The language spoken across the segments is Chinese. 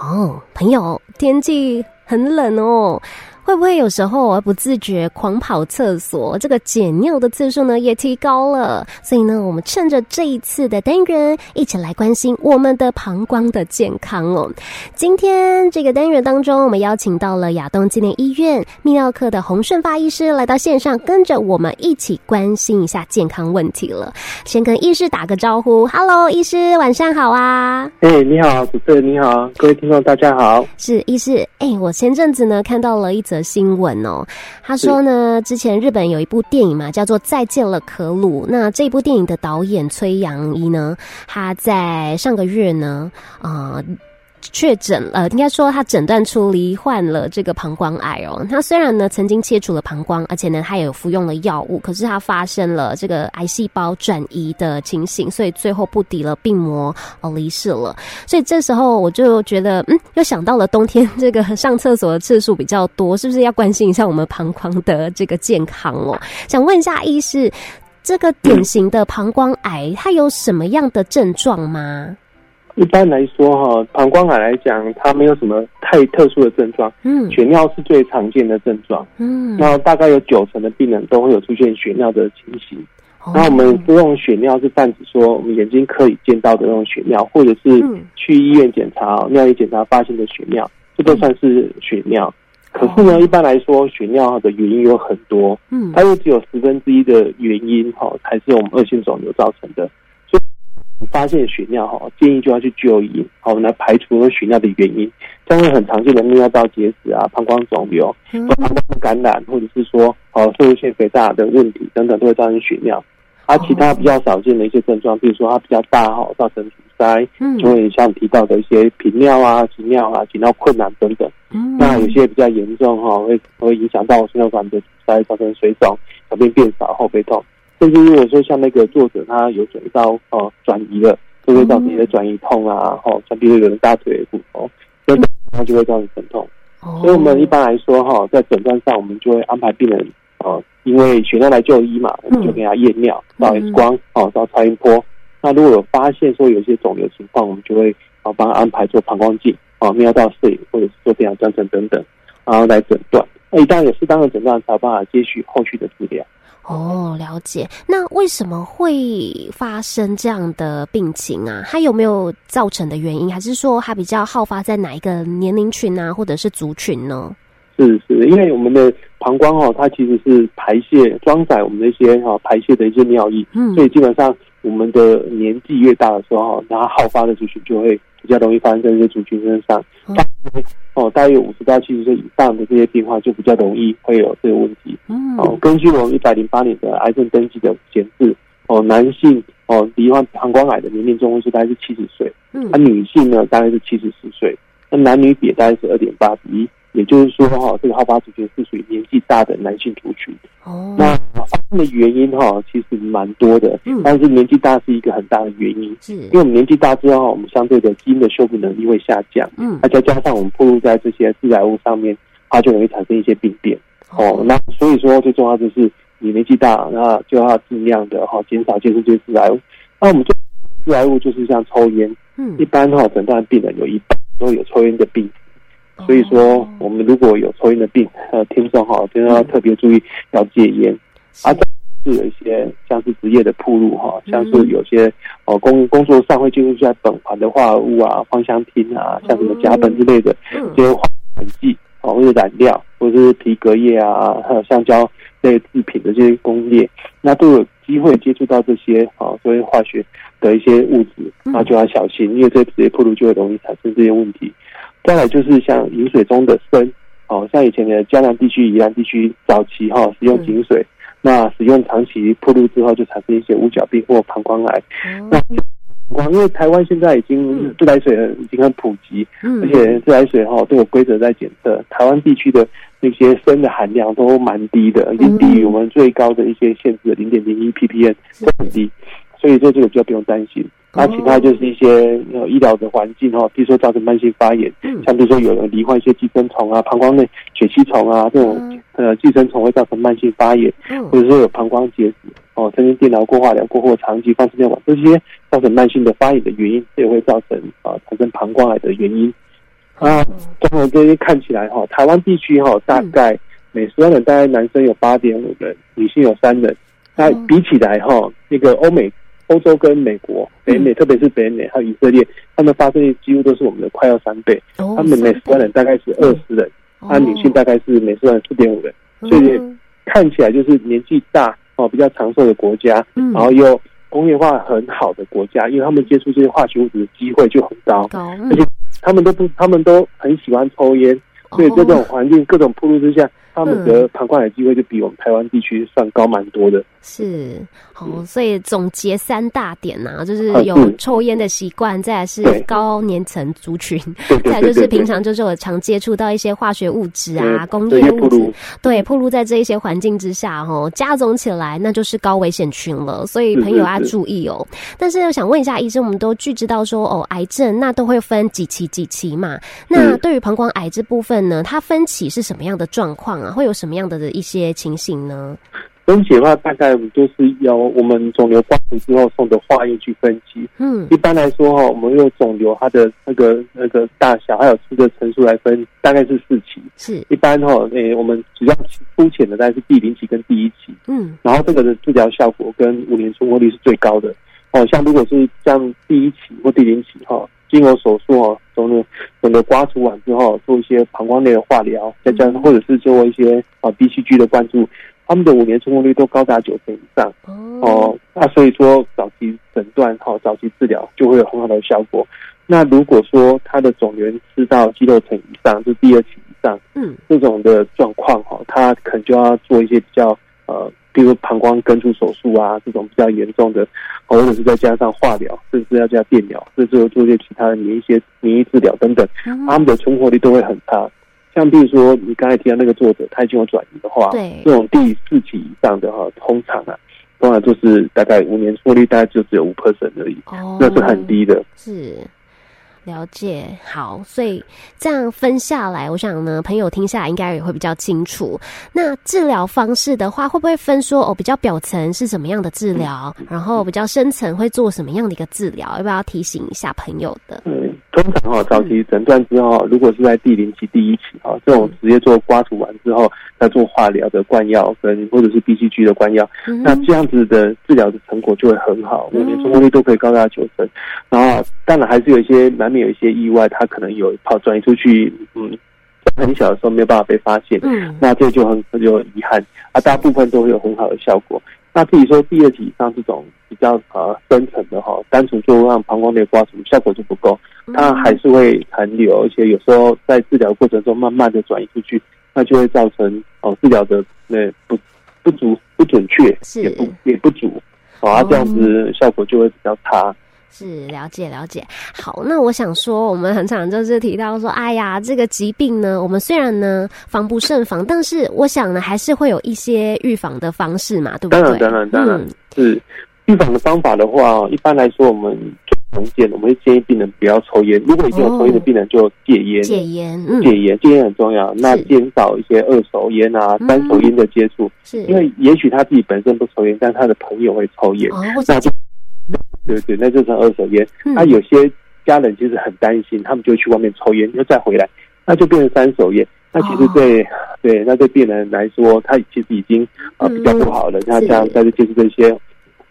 哦，朋友，天气很冷哦，会不会有时候啊我不自觉狂跑厕所，这个解尿的次数呢也提高了？所以呢，我们趁着这一次的单元，一起来关心我们的膀胱的健康哦。今天这个单元当中，我们邀请到了亚东纪念医院泌尿科的洪顺发医师来到线上，跟着我们一起关心一下健康问题了。先跟医师打个招呼，Hello，医师，晚上好啊！哎、你好，主持人你好，各位听众大家好。是医师，哎、我前阵子呢看到了一则新闻哦，他说呢，之前日本有一部电影嘛，叫做《再见了可鲁》，那这部电影的导演崔杨一呢，他在上个月呢，呃。确诊呃了，应该说他诊断出罹患了这个膀胱癌哦。他虽然呢曾经切除了膀胱，而且呢他也有服用了药物，可是他发生了这个癌细胞转移的情形，所以最后不敌了病魔哦离世了。所以这时候我就觉得，嗯，又想到了冬天这个上厕所的次数比较多，是不是要关心一下我们膀胱的这个健康哦？想问一下医师，这个典型的膀胱癌它有什么样的症状吗？一般来说哈，膀胱癌来讲，它没有什么太特殊的症状，嗯血尿是最常见的症状。嗯，那大概有九成的病人都会有出现血尿的情形。哦那我们这种血尿是泛指说我们眼睛可以见到的那种血尿，或者是嗯去医院检查尿液检查发现的血尿，这嗯都算是血尿。可是哦呢，一般来说，血尿的原因有很多，嗯它又只有十分之一的原因哈、才是我们恶性肿瘤造成的。所以发现血尿哈、建议就要去就医，好、来排除那血尿的原因，像是很常见的泌尿道结石啊、膀胱肿瘤、嗯膀胱感染，或者是说哦肾腺肥大的问题等等，都会造成血尿。啊，哦其他比较少见的一些症状，比如说它比较大哈、造成阻塞，嗯就会像提到的一些频尿啊、急尿啊、急尿困难等等。嗯那有些比较严重哈、会会影响到心血管的阻塞，造成水肿、小便变少、后背痛，甚至如果说像那个作者他有转移到呃转移了，就会造成一些转移痛啊，哦，像比如有人大腿骨头，等等，它就会造成疼痛。所以我们一般来说哈、在诊断上我们就会安排病人呃，因为血尿来就医嘛，我们就给他验尿、照 X 光、哦，照超音波。那如果有发现说有一些肿瘤情况，我们就会啊帮他安排做膀胱镜啊、泌尿道摄影或者是做电脑断层等等，然后来诊断。那一旦有适当的诊断，才有办法接续后续的治疗。哦，了解。那为什么会发生这样的病情啊？它有没有造成的原因，还是说它比较好发在哪一个年龄群啊，或者是族群呢？是是，因为我们的膀胱哦，它其实是排泄装载我们的一些哈、哦、排泄的一些尿液，嗯所以基本上我们的年纪越大的时候，它好发的族群就会比较容易发生在这些族群身上嗯。大约哦，大约五十到七十岁以上的这些病患就比较容易会有这个问题。嗯，哦，根据我们一百零八年的癌症登记的显示，哦，男性哦罹患膀胱癌的年龄中位数大概是七十岁，嗯那、女性呢大概是七十四岁，那男女比大概是二点八比一，也就是说哈、这个好发族群是属于年纪大的男性族群。哦，那发生的原因哈、其实蛮多的，嗯但是年纪大是一个很大的原因，是因为我们年纪大之后，我们相对的基因的修复能力会下降，啊嗯那再加上我们暴露在这些致癌物上面，它就容易产生一些病变。嗯哦，那所以说最重要就是你年纪大，那就要尽量的哈、减少接触这些致癌物。那我们最致癌物就是像抽烟，嗯一，般哈、诊断病人有一半都有抽烟的病，所以说哦我们如果有抽烟的病，呃，听众哈、真的要特别注意要戒烟。嗯是啊是有一些像是职业的铺路哈，嗯像是有些哦工工作上会进入在苯环的化合物啊、芳香烃啊，像什么甲苯之类的，嗯这些化染剂哦，或者染料，或者是皮革业啊，还有橡胶类制品的这些工业，那都有机会接触到这些哦，所谓化学的一些物质，嗯那就要小心，因为这些职业铺路就会容易产生这些问题。再来就是像饮水中的砷，哦，像以前的江南地区、宜兰地区早期哈、使用井水，那使用长期暴露之后，就产生一些五角病或膀胱癌。哦那膀胱因为台湾现在已经嗯自来水已经很普及，嗯，而且自来水哈、都有规则在检测，台湾地区的那些砷的含量都蛮低的，已经低嗯于我们最高的一些限制的零点零一 ppm，是都很低，所以说这个就不用担心。那哦其他就是一些呃医疗的环境哈、比如说造成慢性发炎，嗯像比如说有人罹患一些寄生虫啊、膀胱内血吸虫啊这种嗯呃寄生虫会造成慢性发炎，嗯或者说有膀胱结石哦，曾经电疗过、化疗过或长期放射电管呃这些造成慢性的发炎的原因，这也会造成啊、产生膀胱癌的原因。啊，综合这些看起来哈，台湾地区嗯哈，大概每十万人大概男生有八点五人，女性有三人。那哦比起来哈，那个欧美、欧洲跟美国、嗯北美，特别是北美还有以色列，他们发生率几乎都是我们的快要三倍。哦他们每十万人大概是二十人，那、女性大概是每十万人四点五人。所以嗯看起来就是年纪大哦，比较长寿的国家，嗯然后又工业化很好的国家，因为他们接触这些化学物质的机会就很高，高，而且他们都不，他们都很喜欢抽烟，所以在这种哦嗯环境、各种铺路之下，他们得膀胱癌机会就比我们台湾地区算高蛮多的。是哦，所以总结三大点呐、就是啊有是抽烟的习惯，再来是对高年层族群，对再对来对就是对对平。常就是有常接触到一些化学物质啊、对工这业些物铺质路，对，暴露在这一些环境之下，哦，加总起来那就是高危险群了，所以是朋友要是是注意哦。但是想问一下医生，我们都据知道说，哦，癌症那都会分几期几期嘛？那嗯对于膀胱癌这部分呢，它分期是什么样的状况啊？会有什么样的一些情形呢？分解的话，大概我们就是要我们肿瘤刮除之后送的化验去分析，嗯一般来说哈、我们用肿瘤它的那个那个大小还有吃的成数来分，大概是四期。是，一般哈、诶、我们只要粗浅的大概是第零期跟第一期，嗯然后这个的治疗效果跟五年存活率是最高的。哦，像如果是像第一期或第零期哈、经由手术哦，肿瘤肿瘤刮除完之后，做一些膀胱内的化疗，再加上或者是做一些啊 BCG 的灌注，他们的五年存活率都高达九成以上。哦，哦，那所以说早期诊断哈、早期治疗就会有很好的效果。那如果说它的肿瘤是到肌肉层以上，是第二期以上嗯这种的状况哈、它可能就要做一些比较呃，比如膀胱根除手术啊这种比较严重的，哦或者是再加上化疗，甚至要加电疗，甚至有做一些其他的免疫些免疫治疗等等，嗯，他们的存活率都会很差。像比如说你刚才提到那个作者，他已经有转移的话，对这，种第四期以上的哈，通常啊，通常就是大概五年收率大概就只有五 percent 而已，哦，那是很低的。是。了解，好，所以这样分下来，我想呢，朋友听下来应该也会比较清楚。那治疗方式的话，会不会分说哦，比较表层是什么样的治疗，然后比较深层会做什么样的一个治疗？要不要提醒一下朋友的？嗯，通常哈、早嗯期诊断之后，如果是在第零期、第一期哈、这种直接做刮除完之后，再做化疗的灌药跟或者是 BCG 的灌药，嗯那这样子的治疗的成果就会很好，嗯五年成功率都可以高达九成。然后当然还是有一些难免有一些意外，他可能有跑转移出去，嗯，在很小的时候没有办法被发现。 嗯那这就很就很遗憾啊，大部分都会有很好的效果。那至于说第二级以上这种比较呃深层的哈，单纯做让膀胱内刮除效果就不够，它还嗯是会残留，而且有时候在治疗过程中慢慢的转移出去，那就会造成哦、治疗的那不不足不准确，是也不也不足，哦啊哦这样子效果就会比较差。是了解了解，好，那我想说，我们很常就是提到说，哎呀，这个疾病呢，我们虽然呢防不胜防，但是我想呢，还是会有一些预防的方式嘛，对不对？当然当然当然嗯是预防的方法的话，哦一般来说我们最常见，我们会建议病人不要抽烟。如果已经有抽烟的病人，就戒烟。哦戒烟，嗯，戒烟，戒烟很重要。那减少一些二手烟啊、嗯三手烟的接触，是因为也许他自己本身不抽烟，但他的朋友会抽烟，哦，或者那就对对，那就是二手烟。嗯那、有些家人其实很担心，他们就去外面抽烟，又再回来，那就变成三手烟。那其实哦对、对，那对病人来说，他其实已经呃嗯比较不好了。那是这样再去接触这些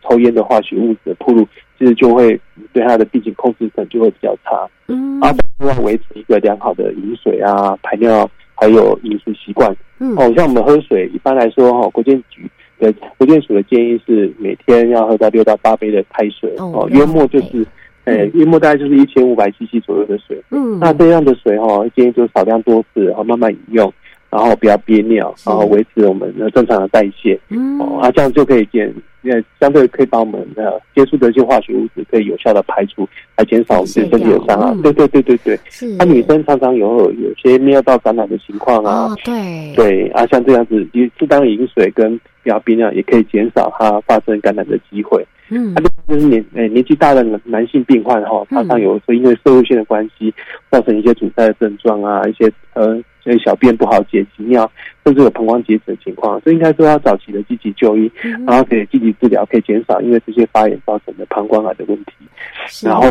抽烟的化学物质的铺路，其实就会对他的病情控制上就会比较差。嗯啊，另外维持一个良好的饮水啊、排尿还有饮食习惯。嗯哦，像我们喝水，一般来说哈、哦，国健局的呃国健署的建议是每天要喝到六到八杯的开水哦哦，那约莫就对是，呃，嗯约莫大概就是一千五百 CC 左右的水。嗯，那这样的水哈、哦，建议就少量多次，然后慢慢饮用，然后不要憋尿，是然后维持我们的正常的代谢。嗯哦，啊，这样就可以减，呃，相对可以把我们呃接触的一些化学物质可以有效的排除，来减少我们对身体的伤害嗯。对对对对对，是那、啊女生常常有有些泌尿道感染的情况啊，哦，对对啊，像这样子，你适当饮水跟不要憋尿，啊也可以减少它发生感染的机会。嗯啊，就是年诶、年纪大的男男性病患哈、嗯常常有时候因为社会性的关系，造成一些阻塞的症状啊，一些呃，所以小便不好解、急尿，甚至有膀胱结石的情况，这应该说要早期的积极就医，嗯然后可以积极治疗，可以减少因为这些发炎造成的膀胱癌的问题。是然后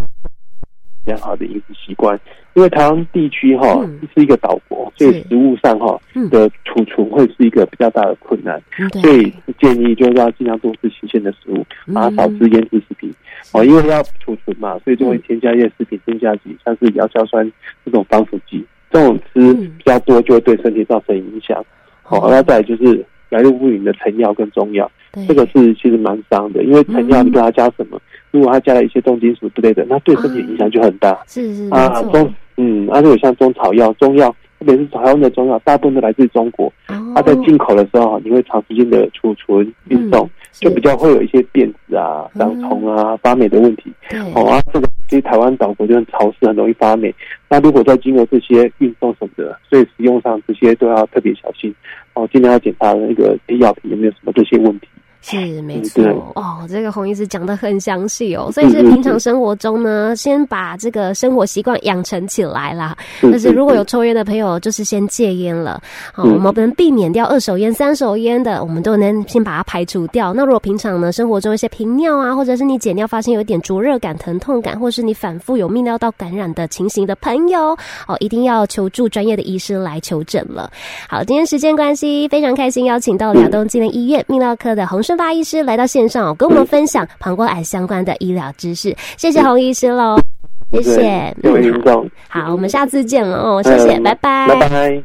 良好的饮食习惯。因为台湾地区哈、嗯是一个岛国，所以是食物上哈、嗯的储存会是一个比较大的困难。嗯所以对，建议就是要尽量多吃新鲜的食物，啊，少吃嗯腌制食品。哦，因为要储存嘛，所以就会添加一些食品添加剂，像是亚硝酸这种防腐剂，这种吃嗯比较多就会对身体造成影响。好、哦那再来就是来路不明的成药跟中药，对这个是其实蛮伤的，因为嗯成药你不知道它加什么，如果它加了一些重金属之类的，那对身体啊影响就很大是是啊。中嗯，而且有像中草药、中药，特别是台湾的中药，大部分都来自中国，它他在进口的时候，你会长时间的储存、运送，就比较会有一些变质啊、嗯长虫啊、发霉的问题。对哦啊，这个其实台湾岛国就很潮湿，很容易发霉。那如果再经过这些运送什么的，所以使用上这些都要特别小心哦，尽量要检查那个药品有没有什么这些问题。是没嗯错对哦，这个洪医师讲的很详细哦，所以是嗯嗯平常嗯生活中呢，先把这个生活习惯养成起来啦。是但是如果有抽烟的朋友，就是先戒烟了。好，嗯我们能避免掉二手烟、三手烟的，我们都能先把它排除掉。那如果平常呢，生活中一些频尿啊，或者是你解尿发现有一点灼热感、疼痛感，或是你反复有泌尿道感染的情形的朋友，哦，一定要求助专业的医师来求诊了。好，今天时间关系，非常开心邀请到嗯亚东纪念医院泌尿科的洪顺发医师来到线上、哦，跟我们分享膀胱癌相关的医疗知识。谢谢洪医师喽，谢谢，嗯各位嗯听众，好，好，我们下次见了哦，谢谢，嗯拜拜拜拜。